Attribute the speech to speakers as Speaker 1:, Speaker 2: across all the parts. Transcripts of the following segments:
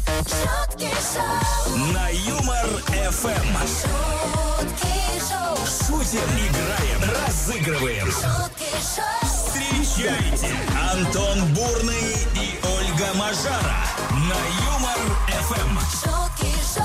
Speaker 1: Шутки шоу,
Speaker 2: На Юмор ФМ.
Speaker 1: шутки шоу,
Speaker 2: Шутим, играем, разыгрываем.
Speaker 1: шутки шоу,
Speaker 2: Встречайте Антон Бурный и Ольга Мажара на Юмор Эм. ФМ.
Speaker 1: шутки шоу,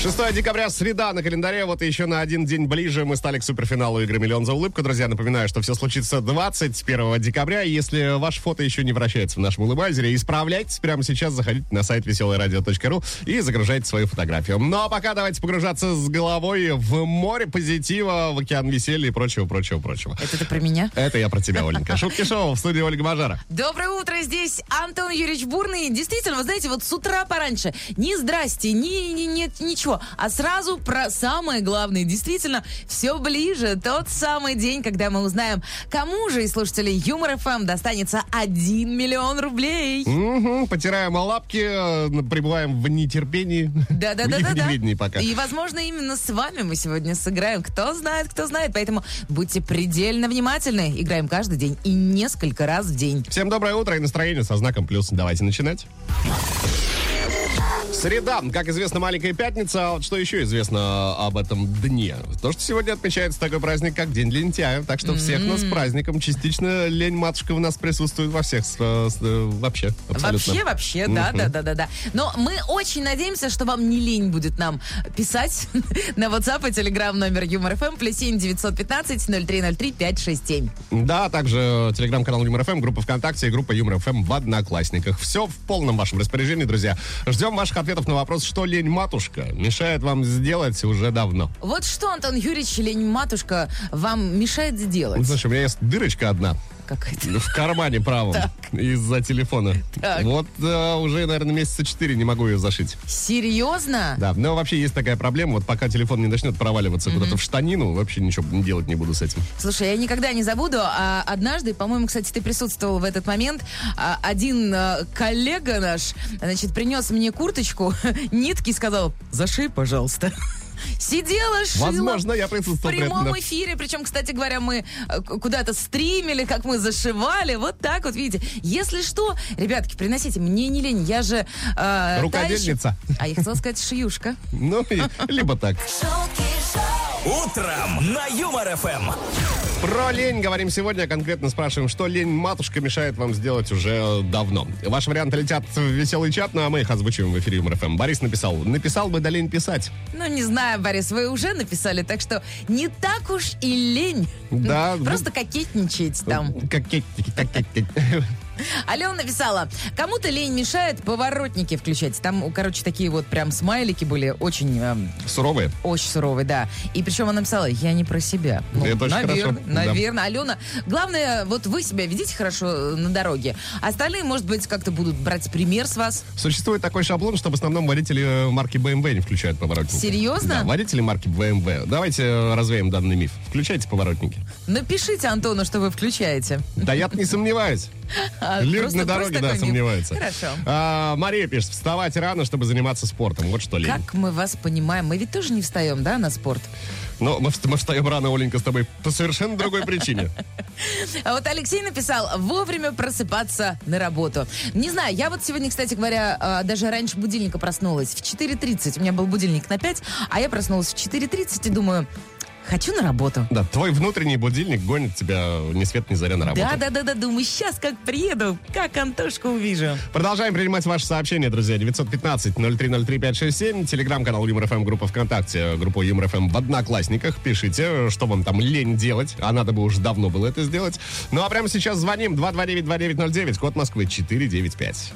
Speaker 3: 6 декабря, среда на календаре. Вот и еще на один день ближе мы стали к суперфиналу игры «Миллион за улыбку». Друзья, напоминаю, что все случится 21 декабря. И Если ваше фото еще не вращается в нашем улыбайзере, исправляйтесь прямо сейчас. Заходите на сайт веселорадио.ру и загружайте свою фотографию. Ну а пока давайте погружаться с головой в море позитива, в океан веселья и прочего, прочего, прочего.
Speaker 4: Это ты про меня?
Speaker 3: Это я про тебя, Оленька. Шутки шоу в студии Ольга Мажара.
Speaker 4: Доброе утро, здесь Антон Юрьевич Бурный. Действительно, вы знаете, вот с утра пораньше ни здрасте, ни, ни- нет ничего, а сразу про самое главное. Действительно, все ближе. Тот самый день, когда мы узнаем, кому же из слушателей Юмор ФМ достанется 1 миллион рублей.
Speaker 3: Мгм, потираем лапки, э, пребываем в нетерпении.
Speaker 4: Да, да, да, да,
Speaker 3: В
Speaker 4: да.
Speaker 3: неведении пока.
Speaker 4: И, возможно, именно с вами мы сегодня сыграем. Кто знает, кто знает. Поэтому будьте предельно внимательны. Играем каждый день и несколько раз в день.
Speaker 3: Всем доброе утро и настроение со знаком плюс. Давайте начинать. Среда, как известно, маленькая пятница. А вот что еще известно а, об этом дне? То, что сегодня отмечается такой праздник, как День лентяя. Так что всех нас с праздником. Частично лень матушка в нас присутствует во всех. с- с- э, вообще, абсолютно.
Speaker 4: Вообще, вообще, да, да, да, да, да. Но мы очень надеемся, что вам не лень будет нам писать на WhatsApp и Telegram номер Юмор ФМ плюс 7 915 0303 567.
Speaker 3: Да, также телеграм-канал Юмор ФМ, группа ВКонтакте и группа Юмор ФМ в Одноклассниках. Все в полном вашем распоряжении, друзья. Ждем ваших ответов на вопрос, что лень матушка мешает вам сделать уже давно.
Speaker 4: Вот что, Антон Юрьевич, лень матушка вам мешает
Speaker 3: Ну,
Speaker 4: сделать?
Speaker 3: Слушай, у меня есть дырочка одна
Speaker 4: Какая-то.
Speaker 3: в кармане правом из-за телефона.
Speaker 4: Так.
Speaker 3: Вот э, уже, наверное, месяца четыре не могу ее зашить.
Speaker 4: Серьезно?
Speaker 3: Да, но вообще есть такая проблема. Вот пока телефон не начнет проваливаться куда-то в штанину, вообще ничего делать не буду с этим.
Speaker 4: Слушай, я никогда не забуду. А однажды, по-моему, кстати, ты присутствовал в этот момент. а, один а, коллега наш, значит, принес мне курточку, нитки и сказал, зашей, пожалуйста. Сидела, шила.
Speaker 3: Возможно, я
Speaker 4: В
Speaker 3: присутствовал при этом.
Speaker 4: прямом
Speaker 3: да.
Speaker 4: эфире, причем, кстати говоря, мы э, к- куда-то стримили, как мы зашивали, вот так вот, видите. Если что, ребятки, приносите, мне не лень, я же... э, та
Speaker 3: Рукодельница.
Speaker 4: еще- А я хотела сказать шиюшка.
Speaker 3: Ну, и- либо так.
Speaker 1: шутки шоу,
Speaker 2: Утром на Юмор Эм. ФМ.
Speaker 3: Про лень говорим сегодня, конкретно спрашиваем, что лень матушка мешает вам сделать уже давно. Ваши варианты летят в веселый чат, ну а мы их озвучиваем в эфире Юмор ФМ. Борис написал, написал бы да лень писать.
Speaker 4: Ну, не знаю, Борис, вы уже написали, так что не так уж и лень.
Speaker 3: Да, ну-
Speaker 4: Просто кокетничать там.
Speaker 3: Кокетники, кокетники.
Speaker 4: Алена написала, кому-то лень мешает поворотники включать. Там, короче, такие вот прям смайлики были очень... эм,
Speaker 3: Суровые.
Speaker 4: Очень суровый, да. И причем она написала, я не про себя.
Speaker 3: Это очень
Speaker 4: наверное,
Speaker 3: хорошо, да.
Speaker 4: наверное. Алена, главное, вот вы себя ведите хорошо э, на дороге. Остальные, может быть, как-то будут брать пример с вас.
Speaker 3: Существует такой шаблон, что в основном водители э, марки BMW не включают поворотники.
Speaker 4: Серьезно?
Speaker 3: Да, водители марки BMW. Давайте э, развеем данный миф. Включайте поворотники.
Speaker 4: Напишите Антону, что вы включаете.
Speaker 3: Да я не сомневаюсь.
Speaker 4: А,
Speaker 3: Люди
Speaker 4: просто-
Speaker 3: на дороге,
Speaker 4: просто
Speaker 3: да,
Speaker 4: такой мем.
Speaker 3: сомневаются.
Speaker 4: Хорошо.
Speaker 3: А, Мария пишет, вставать рано, чтобы заниматься спортом. Вот что ли.
Speaker 4: Как мы вас понимаем? Мы ведь тоже не встаем, да, на спорт?
Speaker 3: Но Ну, мы, вст- мы встаем рано, Оленька, с тобой по совершенно другой причине.
Speaker 4: А вот Алексей написал, вовремя просыпаться на работу. Не знаю, я вот сегодня, кстати говоря, а, даже раньше будильника проснулась. В 4.30 у меня был будильник на 5, а я проснулась в 4.30 и думаю, хочу на работу.
Speaker 3: Да, твой внутренний будильник гонит тебя ни свет, ни заря на работу.
Speaker 4: Да, да, да, да, думаю, сейчас как приеду, как Антошку увижу.
Speaker 3: Продолжаем принимать ваши сообщения, друзья. 915-0303-567, телеграм-канал ЮморФМ, группа ВКонтакте, группа ЮморФМ в Одноклассниках. Пишите, что вам там лень делать, а надо бы уж давно было это сделать. Ну а прямо сейчас звоним 229-2909, код Москвы 495.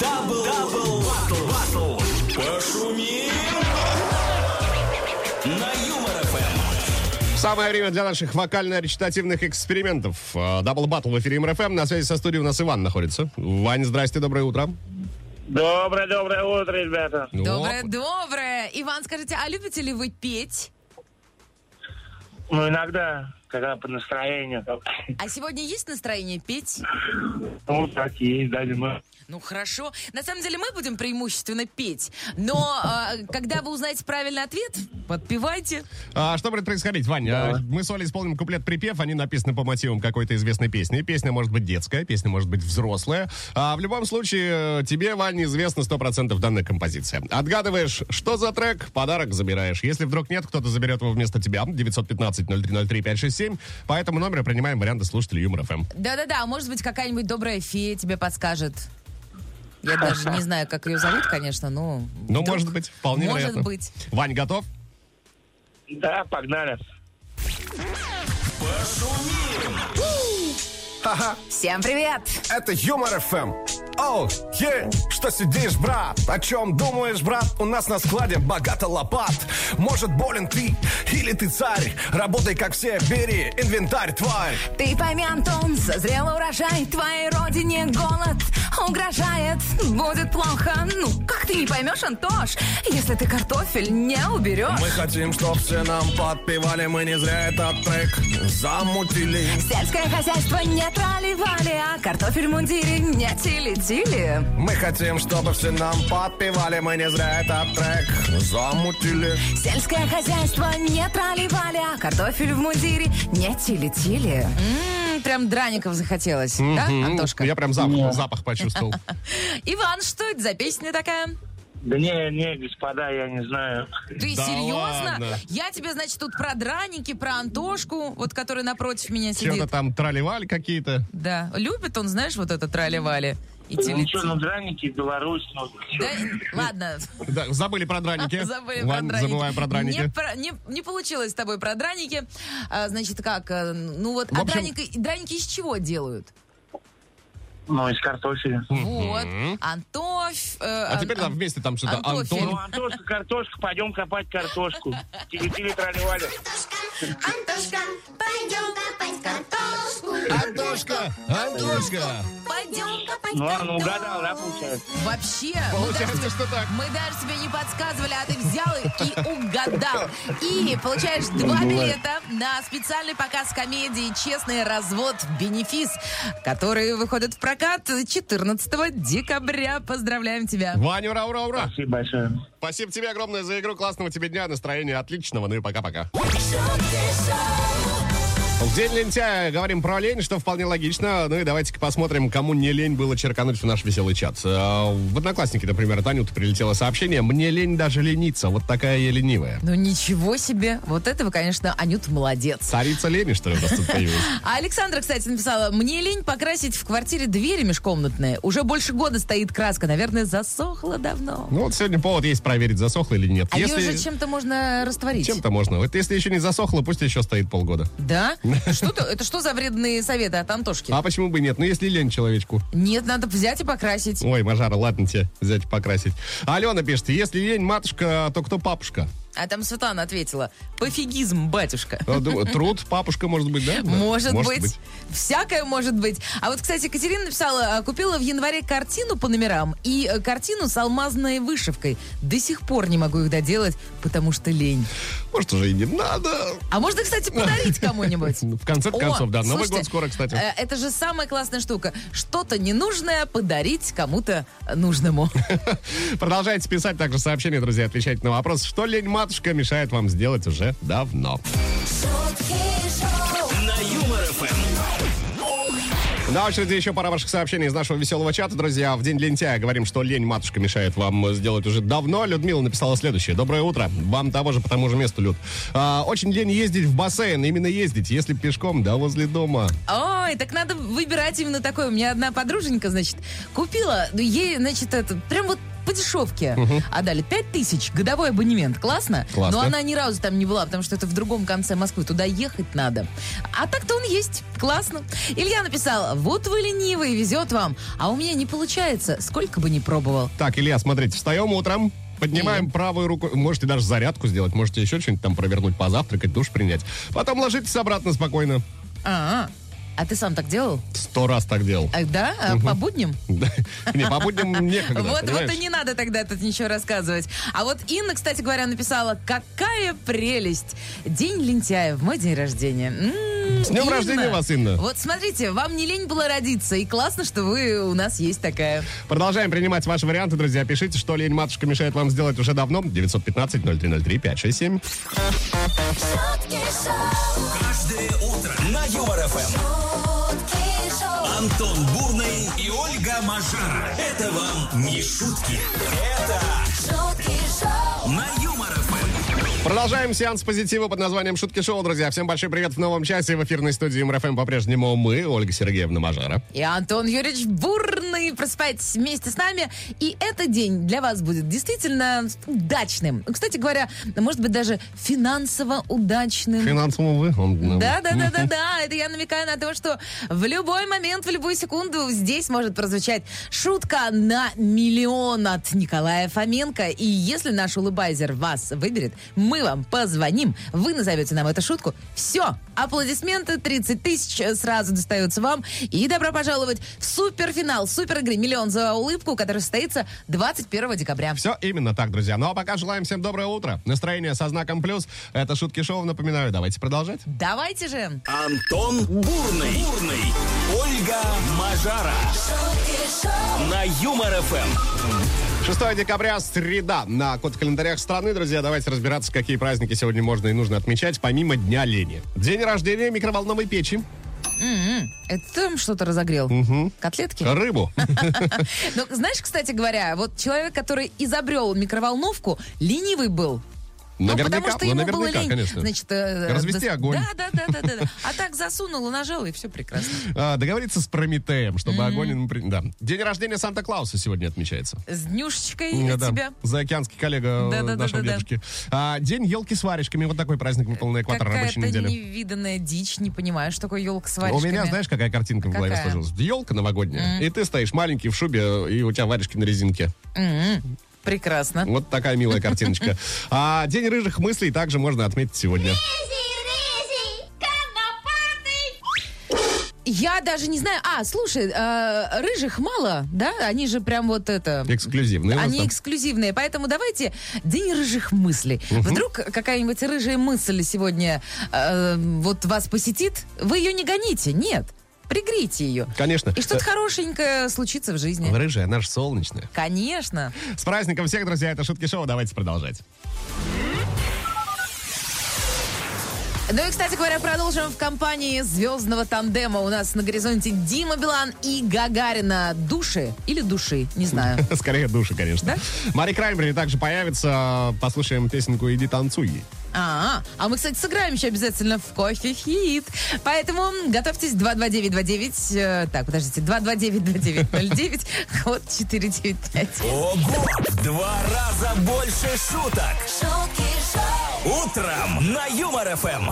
Speaker 2: Дабл, дабл, батл, батл. Пошумим. На Юмор Эм. ФМ.
Speaker 3: Самое время для наших вокально-речитативных экспериментов. А, Дабл Баттл в эфире МРФМ. На связи со студией у нас Иван находится. Вань, здрасте, доброе утро.
Speaker 5: Доброе, доброе утро, ребята.
Speaker 4: Доброе,
Speaker 3: Оп.
Speaker 4: доброе. Иван, скажите, а любите ли вы петь?
Speaker 5: Ну, иногда, когда по настроению, там,
Speaker 4: А сегодня есть настроение петь?
Speaker 5: ну, так есть, да, немного.
Speaker 4: Ну хорошо. На самом деле мы будем преимущественно петь, но э, когда вы узнаете правильный ответ, подпевайте.
Speaker 3: А, что будет происходить, Вань? А, мы с Олей исполним куплет-припев, они написаны по мотивам какой-то известной песни. Песня может быть детская, песня может быть взрослая. А, в любом случае, э, тебе, Вань, известно 100% данная композиция. Отгадываешь, что за трек, подарок забираешь. Если вдруг нет, кто-то заберет его вместо тебя. 915-0303-567. По этому номеру принимаем варианты слушателей Юмор ФМ.
Speaker 4: Да-да-да, а может быть какая-нибудь добрая фея тебе подскажет. Я даже не знаю, как ее зовут, конечно, но...
Speaker 3: Ну,
Speaker 4: вдруг-
Speaker 3: может быть, вполне
Speaker 4: Может
Speaker 3: вероятно.
Speaker 4: быть.
Speaker 3: Вань, готов?
Speaker 5: Да, погнали.
Speaker 4: Всем привет!
Speaker 6: Это Юмор ФМ. Оу, е, что сидишь, брат? О чем думаешь, брат? У нас на складе богато лопат. Может, болен ты или ты царь? Работай, как все, бери инвентарь, тварь.
Speaker 7: Ты пойми, Антон, созрел урожай, твоей родине голод угрожает, будет плохо. Ну, как ты не поймешь, Антош, если ты картофель не уберешь?
Speaker 6: Мы хотим, чтоб все нам подпевали, мы не зря этот трек замутили.
Speaker 7: Сельское хозяйство не проливали, а картофель в мундире не тили-тили.
Speaker 6: Мы хотим, чтобы все нам подпевали, мы не зря этот трек замутили.
Speaker 7: Сельское хозяйство не проливали, а картофель в мундире не тили-тили.
Speaker 4: М, Прям драников захотелось, да,
Speaker 3: М,
Speaker 4: Антошка?
Speaker 3: Я прям запах, запах почувствовал.
Speaker 4: Иван, что это за песня такая?
Speaker 5: Да не, не, господа, я не знаю.
Speaker 4: Ты
Speaker 3: Да
Speaker 4: серьезно?
Speaker 3: ладно.
Speaker 4: Я тебе, значит, тут про драники, про Антошку, вот который напротив меня сидит.
Speaker 3: Что-то там тролливали какие-то.
Speaker 4: Да, любит он, знаешь, вот это трали-вали. И
Speaker 5: Ну
Speaker 4: телетит.
Speaker 5: что, ну драники, Беларусь, ну чё.
Speaker 4: Да, ладно.
Speaker 3: Да, забыли про драники.
Speaker 4: Забыли
Speaker 3: Вань,
Speaker 4: про драники.
Speaker 3: забываем про драники.
Speaker 4: Не, про- не- не получилось с тобой про драники. А, значит, как? э, Ну вот,
Speaker 3: В
Speaker 4: а
Speaker 3: общем-
Speaker 4: драники, драники из чего делают?
Speaker 5: Ну, из картофеля.
Speaker 4: Вот, Антофь. э,
Speaker 3: А
Speaker 4: Ан-
Speaker 3: теперь там
Speaker 4: Ан-
Speaker 3: вместе там что-то
Speaker 4: Антофель.
Speaker 5: Ну,
Speaker 3: Антон.
Speaker 5: Антошка, картошка, пойдем копать картошку. Телетили, траливали.
Speaker 1: Антошка, пойдем копать картошку.
Speaker 3: Антошка! Антошка!
Speaker 4: Пойдем копать
Speaker 5: Ну ладно,
Speaker 4: картошку.
Speaker 5: угадал, да, получается?
Speaker 4: Вообще, мы даже,
Speaker 3: Получается, что так.
Speaker 4: мы даже тебе не подсказывали, а ты взял и угадал. И получаешь два билета на специальный показ комедии «Честный развод. Бенефис», который выходит в прокат 14 декабря. Поздравляем тебя.
Speaker 3: Ваня, ура, ура, ура!
Speaker 5: Спасибо большое.
Speaker 3: Спасибо тебе огромное за игру. Классного тебе дня, настроения отличного. Ну и пока-пока.
Speaker 1: Шутки шоу.
Speaker 3: В день лентяя говорим про лень, что вполне логично. Ну и давайте-ка посмотрим, кому не лень было черкануть в наш веселый чат. Э, В Одноклассники, например, от Анюты прилетело сообщение. Мне лень даже лениться. Вот такая я ленивая.
Speaker 4: Ну ничего себе. Вот этого, конечно, Анют молодец.
Speaker 3: Царица лени, что ли, у нас тут появилась?
Speaker 4: А Александра, кстати, написала, мне лень покрасить в квартире двери межкомнатные. Уже больше года стоит краска. Наверное, засохла давно.
Speaker 3: Ну вот сегодня повод есть проверить, засохло или нет.
Speaker 4: А ее же чем-то можно растворить.
Speaker 3: Чем-то можно. Вот если еще не засохло, пусть еще стоит полгода.
Speaker 4: Да? Что ты- это что за вредные советы от Антошки?
Speaker 3: А почему бы и нет? Ну, если лень человечку.
Speaker 4: Нет, надо взять и покрасить.
Speaker 3: Ой, Мажара, ладно тебе взять и покрасить. Алена пишет, если лень матушка, то кто папушка?
Speaker 4: А там Светлана ответила, пофигизм, батюшка.
Speaker 3: Э, думаю, Труд, папушка, может быть, да? Да,
Speaker 4: Может, быть. Всякое может быть. А вот, кстати, Катерина написала, а, купила в январе картину по номерам и э, картину с алмазной вышивкой. До сих пор не могу их доделать, потому что лень.
Speaker 3: Может, уже и не надо.
Speaker 4: А можно, кстати, подарить кому-нибудь.
Speaker 3: Ну, в конце
Speaker 4: О,
Speaker 3: концов, да. Новый
Speaker 4: слушайте,
Speaker 3: год скоро, кстати.
Speaker 4: э, Это же самая классная штука. Что-то ненужное подарить кому-то нужному.
Speaker 3: Продолжайте писать также сообщения, друзья, отвечать на вопрос, что лень матушка мешает вам сделать уже давно.
Speaker 1: Шутки шоу.
Speaker 2: На Юмор Эм. ФМ.
Speaker 3: На Ну, а очереди еще пара ваших сообщений из нашего веселого чата, друзья. В день лентяя говорим, что лень матушка мешает вам сделать уже давно. Людмила написала следующее. Доброе утро. Вам того же по тому же месту, Люд. А, очень лень ездить в бассейн. Именно ездить, если пешком, да, возле дома.
Speaker 4: Ой, так надо выбирать именно такой. У меня одна подруженька, значит, купила, ну, ей, значит, это, прям вот по дешевке. А дали 5 тысяч, годовой абонемент. Классно?
Speaker 3: Классно.
Speaker 4: Но она ни разу там не была, потому что это в другом конце Москвы. Туда ехать надо. А так-то он есть. Классно. Илья написал, вот вы ленивые, везет вам. А у меня не получается, сколько бы ни пробовал.
Speaker 3: Так, Илья, смотрите, встаем утром, поднимаем правую руку, можете даже зарядку сделать, можете еще что-нибудь там провернуть, позавтракать, душ принять. Потом ложитесь обратно спокойно.
Speaker 4: А, а ты сам так делал?
Speaker 3: Сто раз так делал.
Speaker 4: Э, Да? А По будням?
Speaker 3: Да. Не, по будням некогда,
Speaker 4: Вот, вот
Speaker 3: понимаешь?
Speaker 4: и не надо тогда тут ничего рассказывать. А вот Инна, кстати говоря, написала, какая прелесть. День лентяя в мой день рождения. М,
Speaker 3: С днем рождения вас, Инна.
Speaker 4: Вот смотрите, вам не лень было родиться, и классно, что вы у нас есть такая.
Speaker 3: Продолжаем принимать ваши варианты, друзья. Пишите, что лень матушка мешает вам сделать уже давно. 915-0303-567.
Speaker 1: шутки шоу,
Speaker 2: Каждое утро на Юмор ФМ.
Speaker 1: шутки шоу,
Speaker 2: Антон Бурный и Ольга Мажара. Это вам не шутки. Это
Speaker 1: шутки шоу,
Speaker 2: на Юмор Эм. ФМ.
Speaker 3: Продолжаем сеанс позитива под названием «Шутки шоу», друзья. Всем большой привет в новом часе. В эфирной студии МРФМ по-прежнему мы, Ольга Сергеевна Мажара.
Speaker 4: И Антон Юрьевич Бурный просыпайтесь вместе с нами. И этот день для вас будет действительно удачным. Кстати говоря, может быть, даже финансово удачным.
Speaker 3: Финансово вы. он- ну,
Speaker 4: Да, да, да, да, да. Это я намекаю на то, что в любой момент, в любую секунду здесь может прозвучать шутка на миллион от Николая Фоменко. И если наш улыбайзер вас выберет, мы вам позвоним. Вы назовете нам эту шутку. Все. Аплодисменты 30 тысяч сразу достаются вам. И добро пожаловать в суперфинал супер игры «Миллион за улыбку», который состоится 21 декабря.
Speaker 3: Все именно так, друзья. Ну а пока желаем всем доброе утро. Настроение со знаком плюс. Это шутки шоу. Напоминаю, давайте продолжать.
Speaker 4: Давайте же.
Speaker 2: Антон Бурный. Бурный. Ольга Мажара.
Speaker 1: шутки шоу,
Speaker 2: На Юмор ФМ.
Speaker 3: 6 декабря, среда. На код календарях страны, друзья, давайте разбираться, какие праздники сегодня можно и нужно отмечать, помимо Дня лени. День рождения микроволновой печи.
Speaker 4: Это ты там что-то разогрел? Котлетки?
Speaker 3: Рыбу.
Speaker 4: Ну, знаешь, кстати говоря, вот человек, который изобрел микроволновку, ленивый был. Ну, потому
Speaker 3: Наверняка,
Speaker 4: что
Speaker 3: ну,
Speaker 4: ему было
Speaker 3: наверняка,
Speaker 4: лень.
Speaker 3: конечно.
Speaker 4: Значит, э,
Speaker 3: Развести
Speaker 4: дос-
Speaker 3: огонь.
Speaker 4: Да, да, да, да, да. А так засунул и нажал, и все прекрасно.
Speaker 3: А, договориться с Прометеем, чтобы огонь... ему при- Да. День рождения Санта-Клауса сегодня отмечается.
Speaker 4: С днюшечкой от
Speaker 3: Да,
Speaker 4: тебя.
Speaker 3: Заокеанский коллега э,
Speaker 4: Да-да-да-да-да.
Speaker 3: нашего дедушки. А, день елки с варежками. Вот такой праздник выпал на экватор
Speaker 4: Какая-то
Speaker 3: рабочей недели.
Speaker 4: невиданная дичь, не понимаю, что такое елка с
Speaker 3: У
Speaker 4: варежками.
Speaker 3: меня, знаешь, какая картинка в голове
Speaker 4: Какая?
Speaker 3: сложилась? Елка новогодняя. И ты стоишь маленький в шубе, и у тебя варежки на резинке.
Speaker 4: Прекрасно.
Speaker 3: Вот такая милая картиночка. А День рыжих мыслей также можно отметить сегодня.
Speaker 1: рызи, рызи, конопатый.
Speaker 4: Я даже не знаю... А, слушай, э, рыжих мало, да? Они же прям вот это...
Speaker 3: Эксклюзивный. у нас
Speaker 4: Они
Speaker 3: там.
Speaker 4: эксклюзивные, поэтому давайте день рыжих мыслей. Вдруг какая-нибудь рыжая мысль сегодня э, вот вас посетит, вы ее не гоните, нет, пригрите ее.
Speaker 3: Конечно. Э,
Speaker 4: И что-то хорошенькое случится в жизни.
Speaker 3: Рыжая, наш солнечная.
Speaker 4: Конечно.
Speaker 3: С праздником всех, друзья, это Шутки Шоу. Давайте продолжать.
Speaker 4: Ну и, кстати говоря, продолжим в компании звездного тандема. У нас на горизонте Дима Билан и Гагарина. Души или души, не знаю.
Speaker 3: Скорее души, конечно.
Speaker 4: Да?
Speaker 3: Мари Краймбери также появится. Послушаем песенку «Иди танцуй».
Speaker 4: А, а мы, кстати, сыграем еще обязательно в кофе-хит. Поэтому готовьтесь 229-29... э, так, подождите, 229-2909, код 495.
Speaker 2: Ого! В два раза больше шуток.
Speaker 1: Шутки шоу,
Speaker 2: Утром на Юмор ФМ.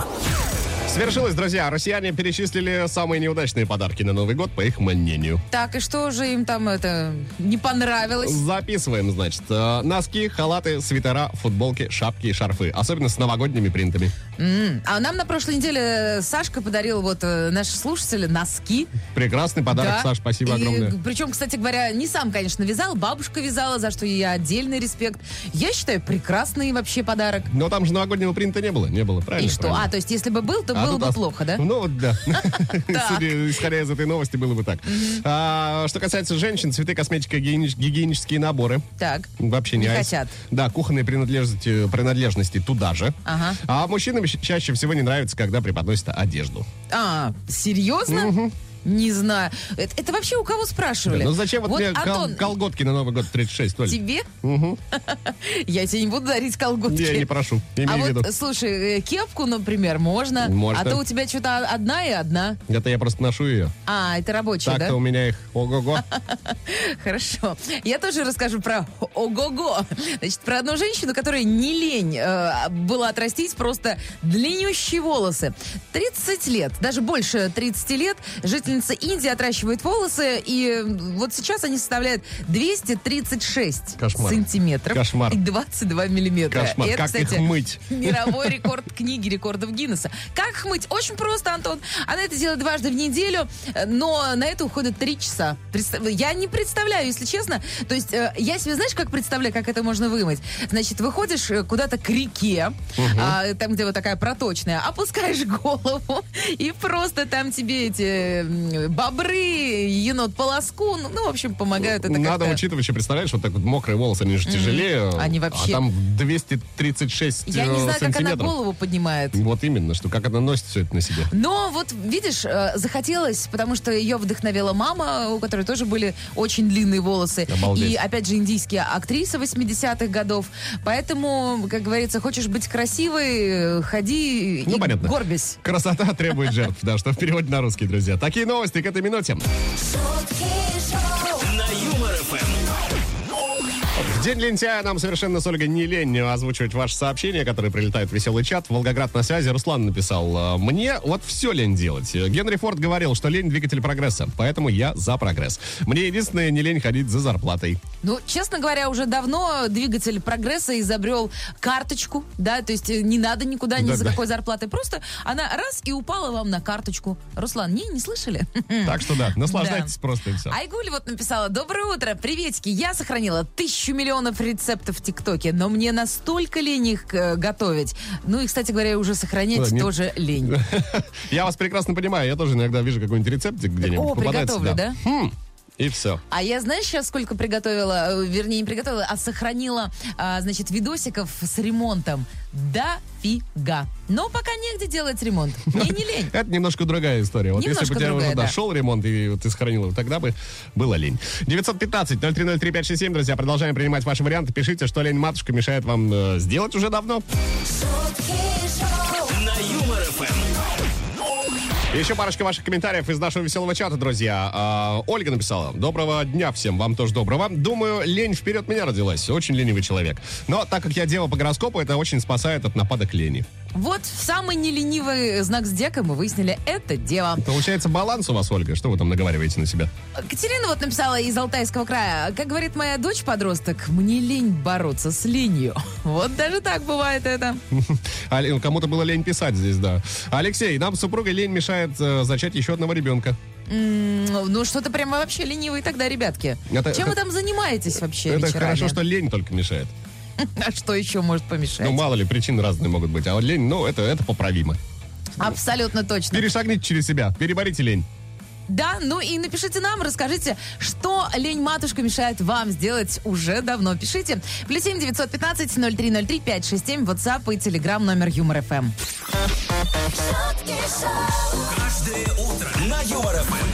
Speaker 3: Свершилось, друзья. Россияне перечислили самые неудачные подарки на Новый год, по их мнению.
Speaker 4: Так, и что же им там это не понравилось?
Speaker 3: Записываем, значит, э, носки, халаты, свитера, футболки, шапки и шарфы. Особенно с новогодними принтами.
Speaker 4: М, А нам на прошлой неделе э, Сашка подарил вот э, наши слушатели носки.
Speaker 3: Прекрасный подарок,
Speaker 4: Да.
Speaker 3: Саш, спасибо
Speaker 4: И,
Speaker 3: огромное.
Speaker 4: г- Причем, кстати говоря, не сам, конечно, вязал, бабушка вязала, за что ей отдельный респект. Я считаю, прекрасный вообще подарок.
Speaker 3: Но там же новогоднего принта не было, не было, правильно?
Speaker 4: И что?
Speaker 3: правильно.
Speaker 4: А, то есть, если бы был, то
Speaker 3: А
Speaker 4: было
Speaker 3: тут
Speaker 4: бы
Speaker 3: ос-
Speaker 4: плохо, да?
Speaker 3: Ну вот да.
Speaker 4: Так.
Speaker 3: Судя, исходя из этой новости, было бы так. А, Что касается женщин, цветы, косметика, гигиени- гигиенические наборы.
Speaker 4: Так.
Speaker 3: Вообще не,
Speaker 4: Не
Speaker 3: айс.
Speaker 4: хотят.
Speaker 3: Да, кухонные принадлежности, принадлежности туда же.
Speaker 4: Ага.
Speaker 3: А мужчинам щ- чаще всего не нравится, когда преподносят одежду.
Speaker 4: А, серьезно? Не знаю. Это, это вообще у кого спрашивали?
Speaker 3: Ну зачем вот, мне кол-
Speaker 4: Антон,
Speaker 3: колготки на Новый год 36, Оль?
Speaker 4: тебе? Я тебе не буду дарить колготки.
Speaker 3: Я не прошу, имей
Speaker 4: а
Speaker 3: в виду.
Speaker 4: вот, слушай, э, кепку, например, можно.
Speaker 3: Можно.
Speaker 4: А то у тебя что-то одна и одна.
Speaker 3: Это я просто ношу ее.
Speaker 4: А, это рабочая,
Speaker 3: Так-то
Speaker 4: да?
Speaker 3: у меня их ого-го.
Speaker 4: Хорошо. Я тоже расскажу про ого-го. Значит, про одну женщину, которая не лень э, было отрастить просто длиннющие волосы. 30 лет, даже больше 30 лет, жительница жительница Индии отращивает волосы, и вот сейчас они составляют 236
Speaker 3: Кошмар.
Speaker 4: сантиметров
Speaker 3: Кошмар.
Speaker 4: и 22 миллиметра.
Speaker 3: Кошмар.
Speaker 4: И Это,
Speaker 3: Как их
Speaker 4: кстати,
Speaker 3: мыть?
Speaker 4: мировой рекорд книги рекордов Гиннесса. Как их мыть? Очень просто, Антон. Она это делает дважды в неделю, э, но на это уходит 3 часа. Представ- Я не представляю, если честно. То есть э, я себе, знаешь, как представляю, как это можно вымыть? Значит, выходишь э, куда-то к реке, а, там, где вот такая проточная, опускаешь голову, и просто там тебе эти м, бобры, енот полоску, ну, ну, в общем, помогают это
Speaker 3: Надо
Speaker 4: как-то.
Speaker 3: учитывать еще, представляешь, вот так вот мокрые волосы, они же тяжелее.
Speaker 4: Они
Speaker 3: А
Speaker 4: вообще-
Speaker 3: там 236
Speaker 4: Я не
Speaker 3: э,
Speaker 4: знаю, как она
Speaker 3: сантиметров.
Speaker 4: голову поднимает.
Speaker 3: Вот именно, что как она носит все это на себе.
Speaker 4: Но вот, видишь, э, захотелось, потому что ее вдохновила мама, у которой тоже были очень длинные волосы.
Speaker 3: Обалдеть.
Speaker 4: И, опять же, индийские актрисы 80-х годов. Поэтому, как говорится, хочешь быть красивой, э, ходи
Speaker 3: Ну,
Speaker 4: и
Speaker 3: понятно.
Speaker 4: горбись.
Speaker 3: Красота требует жертв, да, что в переводе на русский, друзья. Такие новости к этой минуте.
Speaker 1: шутки шоу,
Speaker 2: На Юмор ФМ.
Speaker 3: В день лентяя нам совершенно с Ольгой не лень э, озвучивать ваши сообщения, которые прилетают в веселый чат. Волгоград на связи. Руслан написал, «Э, мне вот все лень делать. Э, Генри Форд говорил, что лень двигатель прогресса, поэтому я за прогресс. Мне единственное, не лень ходить за зарплатой.
Speaker 4: Ну, честно говоря, уже давно двигатель прогресса изобрел карточку, да, то есть э, не надо никуда, ни
Speaker 3: Да,
Speaker 4: за
Speaker 3: да.
Speaker 4: какой зарплаты. Просто она раз и упала вам на карточку. Руслан, не, не слышали?
Speaker 3: Так что да, наслаждайтесь просто и все.
Speaker 4: Айгуль А вот написала, доброе утро, приветики, я сохранила тысячу миллионов рецептов в ТикТоке, но мне настолько лень их э, готовить. Ну и, кстати говоря, уже
Speaker 3: Да,
Speaker 4: сохранять
Speaker 3: не-
Speaker 4: тоже лень.
Speaker 3: Э, Я вас прекрасно понимаю, я тоже иногда вижу какой-нибудь рецептик где-нибудь
Speaker 4: О,
Speaker 3: попадается.
Speaker 4: приготовлю, да?
Speaker 3: Хм, и все.
Speaker 4: А я, знаешь, сейчас сколько приготовила, э, вернее, не приготовила, а сохранила, а, значит, видосиков с ремонтом. Дофига. Но пока негде делать ремонт. Мне не лень.
Speaker 3: Это немножко другая история. Вот если
Speaker 4: Немножко
Speaker 3: бы у тебя
Speaker 4: другая,
Speaker 3: уже
Speaker 4: да.
Speaker 3: дошел ремонт и вот ты сохранил его, тогда бы было лень. 915-0303-567, друзья, продолжаем принимать ваши варианты. Пишите, что лень матушка мешает вам э, сделать уже давно.
Speaker 1: шутки шоу,
Speaker 2: На Юмор ФМ.
Speaker 3: Еще парочка ваших комментариев из нашего веселого чата, друзья. А, Ольга написала. Доброго дня всем, вам тоже доброго. Думаю, лень вперед меня родилась. Очень ленивый человек. Но так как я дева по гороскопу, это очень спасает от нападок лени. Вот
Speaker 4: Вот самый неленивый знак зодиака мы выяснили, это дева.
Speaker 3: Получается баланс у вас, Ольга. Что вы там наговариваете на себя?
Speaker 4: Катерина вот написала из Алтайского края. Как говорит моя дочь-подросток, мне лень бороться с ленью. Вот даже так бывает это.
Speaker 3: А, ну, Кому-то было лень писать здесь, да. Алексей, нам с супругой лень мешает э, зачать еще одного ребенка.
Speaker 4: М, Ну, что-то прямо вообще ленивые тогда, ребятки.
Speaker 3: Это-
Speaker 4: Чем
Speaker 3: это-
Speaker 4: вы там занимаетесь вообще
Speaker 3: Это
Speaker 4: вечерами?
Speaker 3: хорошо, что лень только мешает.
Speaker 4: А что еще может помешать?
Speaker 3: Ну, мало ли, причин разные могут быть. А вот лень, ну, это, это поправимо.
Speaker 4: Абсолютно точно.
Speaker 3: Перешагните через себя, переборите лень.
Speaker 4: Да, ну и напишите нам, расскажите, что лень матушка мешает вам сделать уже давно. Пишите. Плюс семь девятьсот пятнадцать ноль три ноль три пять шесть семь. WhatsApp и Telegram номер Юмор Эм. ФМ.
Speaker 1: шутки шоу,
Speaker 2: Каждое утро на Юмор ФМ.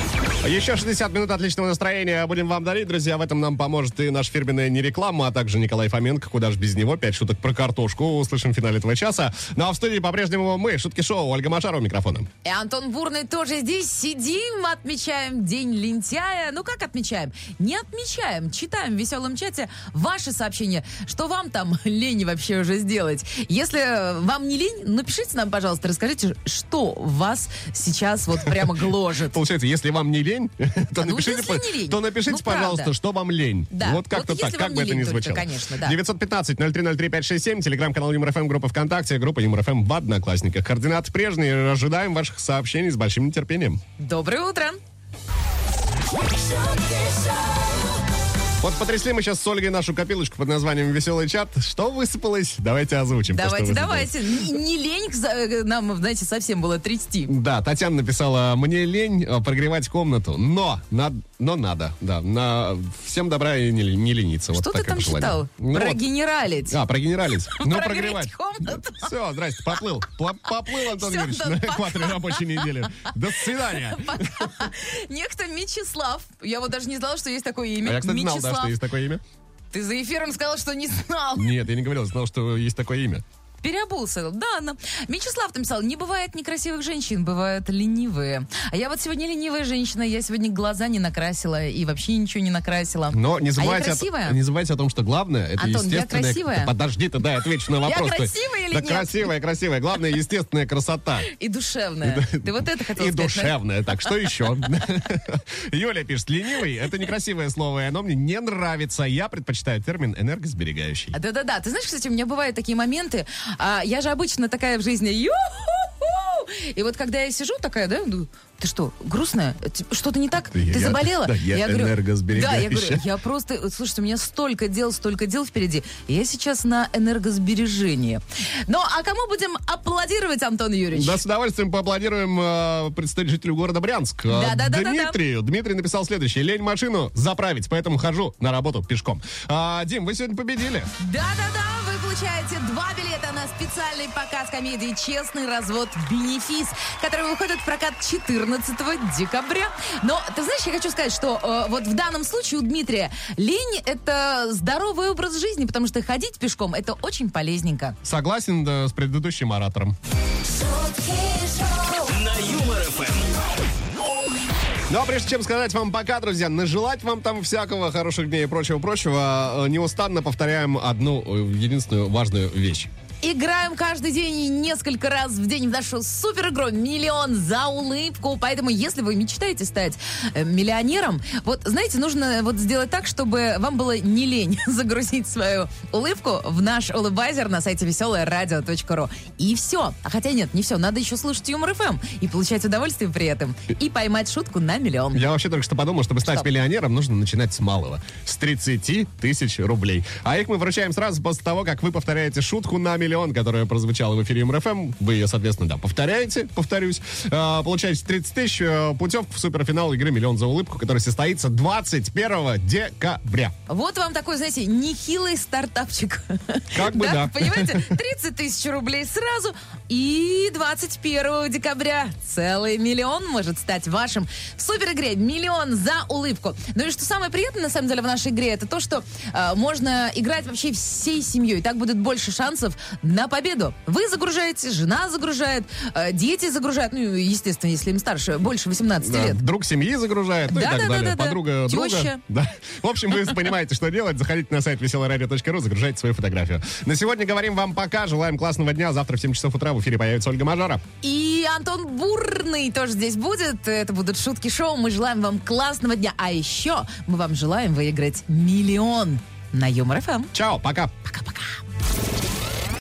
Speaker 3: Еще 60 минут отличного настроения будем вам дарить, друзья. В этом нам поможет и наша фирменная нереклама, а также Николай Фоменко. Куда же без него? Пять шуток про картошку услышим в финале этого часа. Ну а в студии по-прежнему мы, шутки-шоу, Ольга Машарова микрофоном.
Speaker 4: И Антон Бурный тоже здесь. Сидим, отмечаем День лентяя. Ну как отмечаем? Не отмечаем. Читаем в веселом чате ваши сообщения. Что вам там лень вообще уже сделать? Если э, вам не лень, напишите нам, пожалуйста, расскажите, что вас сейчас вот прямо гложет.
Speaker 3: Получается, если вам не лень, то
Speaker 4: Ну,
Speaker 3: напишите,
Speaker 4: если не лень.
Speaker 3: то напишите,
Speaker 4: Ну,
Speaker 3: пожалуйста,
Speaker 4: правда.
Speaker 3: что вам лень.
Speaker 4: Да.
Speaker 3: Вот как-то
Speaker 4: Вот если
Speaker 3: так,
Speaker 4: вам
Speaker 3: как бы
Speaker 4: не
Speaker 3: это
Speaker 4: лень
Speaker 3: ни
Speaker 4: только,
Speaker 3: звучало.
Speaker 4: конечно, да.
Speaker 3: 915 030 567 телеграм-канал ЮморФМ, группа ВКонтакте, группа ЮморФМ в Одноклассниках. Координаты прежние. Ожидаем ваших сообщений с большим нетерпением.
Speaker 4: Доброе утро.
Speaker 1: шутки шоу,
Speaker 3: Вот потрясли мы сейчас с Ольгой нашу копилочку под названием «Веселый чат». Что высыпалось? Давайте озвучим. то, что
Speaker 4: Давайте,
Speaker 3: высыпалось.
Speaker 4: давайте. Н- Не лень за- э, нам, знаете, совсем было трясти.
Speaker 3: Да, Татьяна написала, мне лень э, прогревать комнату, но, над, но надо. Да, на, всем добра и не, ли- не лениться. вот
Speaker 4: Что ты
Speaker 3: такое
Speaker 4: там
Speaker 3: пожелание.
Speaker 4: читал?
Speaker 3: Ну
Speaker 4: Про
Speaker 3: вот.
Speaker 4: генералить.
Speaker 3: А, прогенерались. Ну,
Speaker 4: Прогреть
Speaker 3: прогревать.
Speaker 4: комнату.
Speaker 3: Все, здрасте, поплыл. Пла- Поплыл, Антон
Speaker 4: Всё,
Speaker 3: Юрьевич,
Speaker 4: Антон,
Speaker 3: на
Speaker 4: пока.
Speaker 3: экваторе рабочей недели. До свидания.
Speaker 4: Пока. Некто Мечислав. Я вот даже не знала, что есть такое имя.
Speaker 3: А я, кстати, знал, да,
Speaker 4: Мечислав.
Speaker 3: что есть такое имя.
Speaker 4: Ты за эфиром сказал, что не знал.
Speaker 3: Нет, я не говорил, знал, что есть такое имя.
Speaker 4: Переобулся. Да, на- Мячеслав там писал, не бывает некрасивых женщин, бывают ленивые. А я вот сегодня ленивая женщина, я сегодня глаза не накрасила и вообще ничего не накрасила.
Speaker 3: Но не
Speaker 4: А
Speaker 3: забывайте,
Speaker 4: я
Speaker 3: о,
Speaker 4: красивая?
Speaker 3: т- не забывайте о том, что главное, это
Speaker 4: Антон, я
Speaker 3: естественная...
Speaker 4: красивая?
Speaker 3: Да Подожди ты, да, отвечу на вопрос. Ты-
Speaker 4: красивая или
Speaker 3: да
Speaker 4: нет?
Speaker 3: красивая, красивая. Главное, естественная красота.
Speaker 4: И душевная. Ты вот
Speaker 3: И
Speaker 4: это хотел сказать. наверное?
Speaker 3: душевная. Так, что еще? Юля пишет, ленивый, это некрасивое слово, и оно мне не нравится. Я предпочитаю термин энергосберегающий.
Speaker 4: Да-да-да. Ты знаешь, кстати, у меня бывают такие моменты. а, я же обычно такая в жизни. «Ю-ху-ху!» И вот когда я сижу такая, да, ну, ты что, грустная? Т- Что-то не так?
Speaker 3: Я-
Speaker 4: ты заболела?
Speaker 3: да, я
Speaker 4: Да, я говорю,
Speaker 3: энергосберегающая.
Speaker 4: я просто, вот, слушайте, у меня столько дел, столько дел впереди. Я сейчас на энергосбережении. Ну, а кому будем аплодировать, Антон Юрьевич?
Speaker 3: Да, с удовольствием поаплодируем э, представителю города Брянск. э,
Speaker 4: Да-да-да-да-да.
Speaker 3: Дмитрию. Дмитрий написал следующее. Лень машину заправить, поэтому хожу на работу пешком. А, Дим, вы сегодня победили.
Speaker 4: Да-да-да, вы получаете два билета на специальный показ комедии «Честный развод Бенефис», который выходит в прокат 14 декабря. Но, ты знаешь, я хочу сказать, что э, вот в данном случае у Дмитрия лень – это здоровый образ жизни, потому что ходить пешком – это очень полезненько.
Speaker 3: Согласен да, с предыдущим оратором.
Speaker 1: шутки шоу,
Speaker 2: На Юмор ФМ.
Speaker 3: Ну а прежде чем сказать вам пока, друзья, нажелать вам там всякого хороших дней и прочего-прочего, э, неустанно повторяем одну э, единственную важную вещь.
Speaker 4: Играем каждый день и несколько раз в день в нашу супер игру «Миллион за улыбку». Поэтому, если вы мечтаете стать э, миллионером, вот, знаете, нужно э, вот сделать так, чтобы вам было не лень загрузить свою улыбку в наш улыбайзер на сайте веселое И все. А хотя нет, не все. Надо еще слушать Юмор ФМ и получать удовольствие при этом. И поймать шутку на миллион.
Speaker 3: Я вообще только что подумал, чтобы стать
Speaker 4: Что?
Speaker 3: миллионером, нужно начинать с малого. С 30 тысяч рублей. А их мы вручаем сразу после того, как вы повторяете шутку на миллион, которая прозвучала в эфире МРФМ. Вы ее, соответственно, да, повторяете, повторюсь. Э, Получаете 30 тысяч, э, путевку в суперфинал игры «Миллион за улыбку», который состоится 21 декабря.
Speaker 4: Вот вам такой, знаете, нехилый стартапчик.
Speaker 3: Как бы да.
Speaker 4: Понимаете, 30 тысяч рублей сразу и 21 декабря целый миллион может стать вашим в супер игре «Миллион за улыбку». Ну и что самое приятное, на самом деле, в нашей игре, это то, что э, можно играть вообще всей семьей. Так будет больше шансов на победу. Вы загружаете, жена загружает, э, дети загружают, ну, и, естественно, если им старше, больше 18
Speaker 3: Да,
Speaker 4: лет.
Speaker 3: Друг семьи загружает, ну и
Speaker 4: Да,
Speaker 3: так
Speaker 4: да, да,
Speaker 3: далее.
Speaker 4: да, да.
Speaker 3: Подруга друга.
Speaker 4: Теща.
Speaker 3: Да. В общем, вы понимаете, что делать. Заходите на сайт веселорадио.ру, загружайте свою фотографию. На сегодня говорим вам пока. Желаем классного дня. Завтра в 7 часов утра в эфире появится Ольга Мажара.
Speaker 4: И Антон Бурный тоже здесь будет. Это будут шутки шоу. Мы желаем вам классного дня. А еще мы вам желаем выиграть миллион на Юмор ФМ.
Speaker 3: Чао, пока.
Speaker 4: Пока-пока.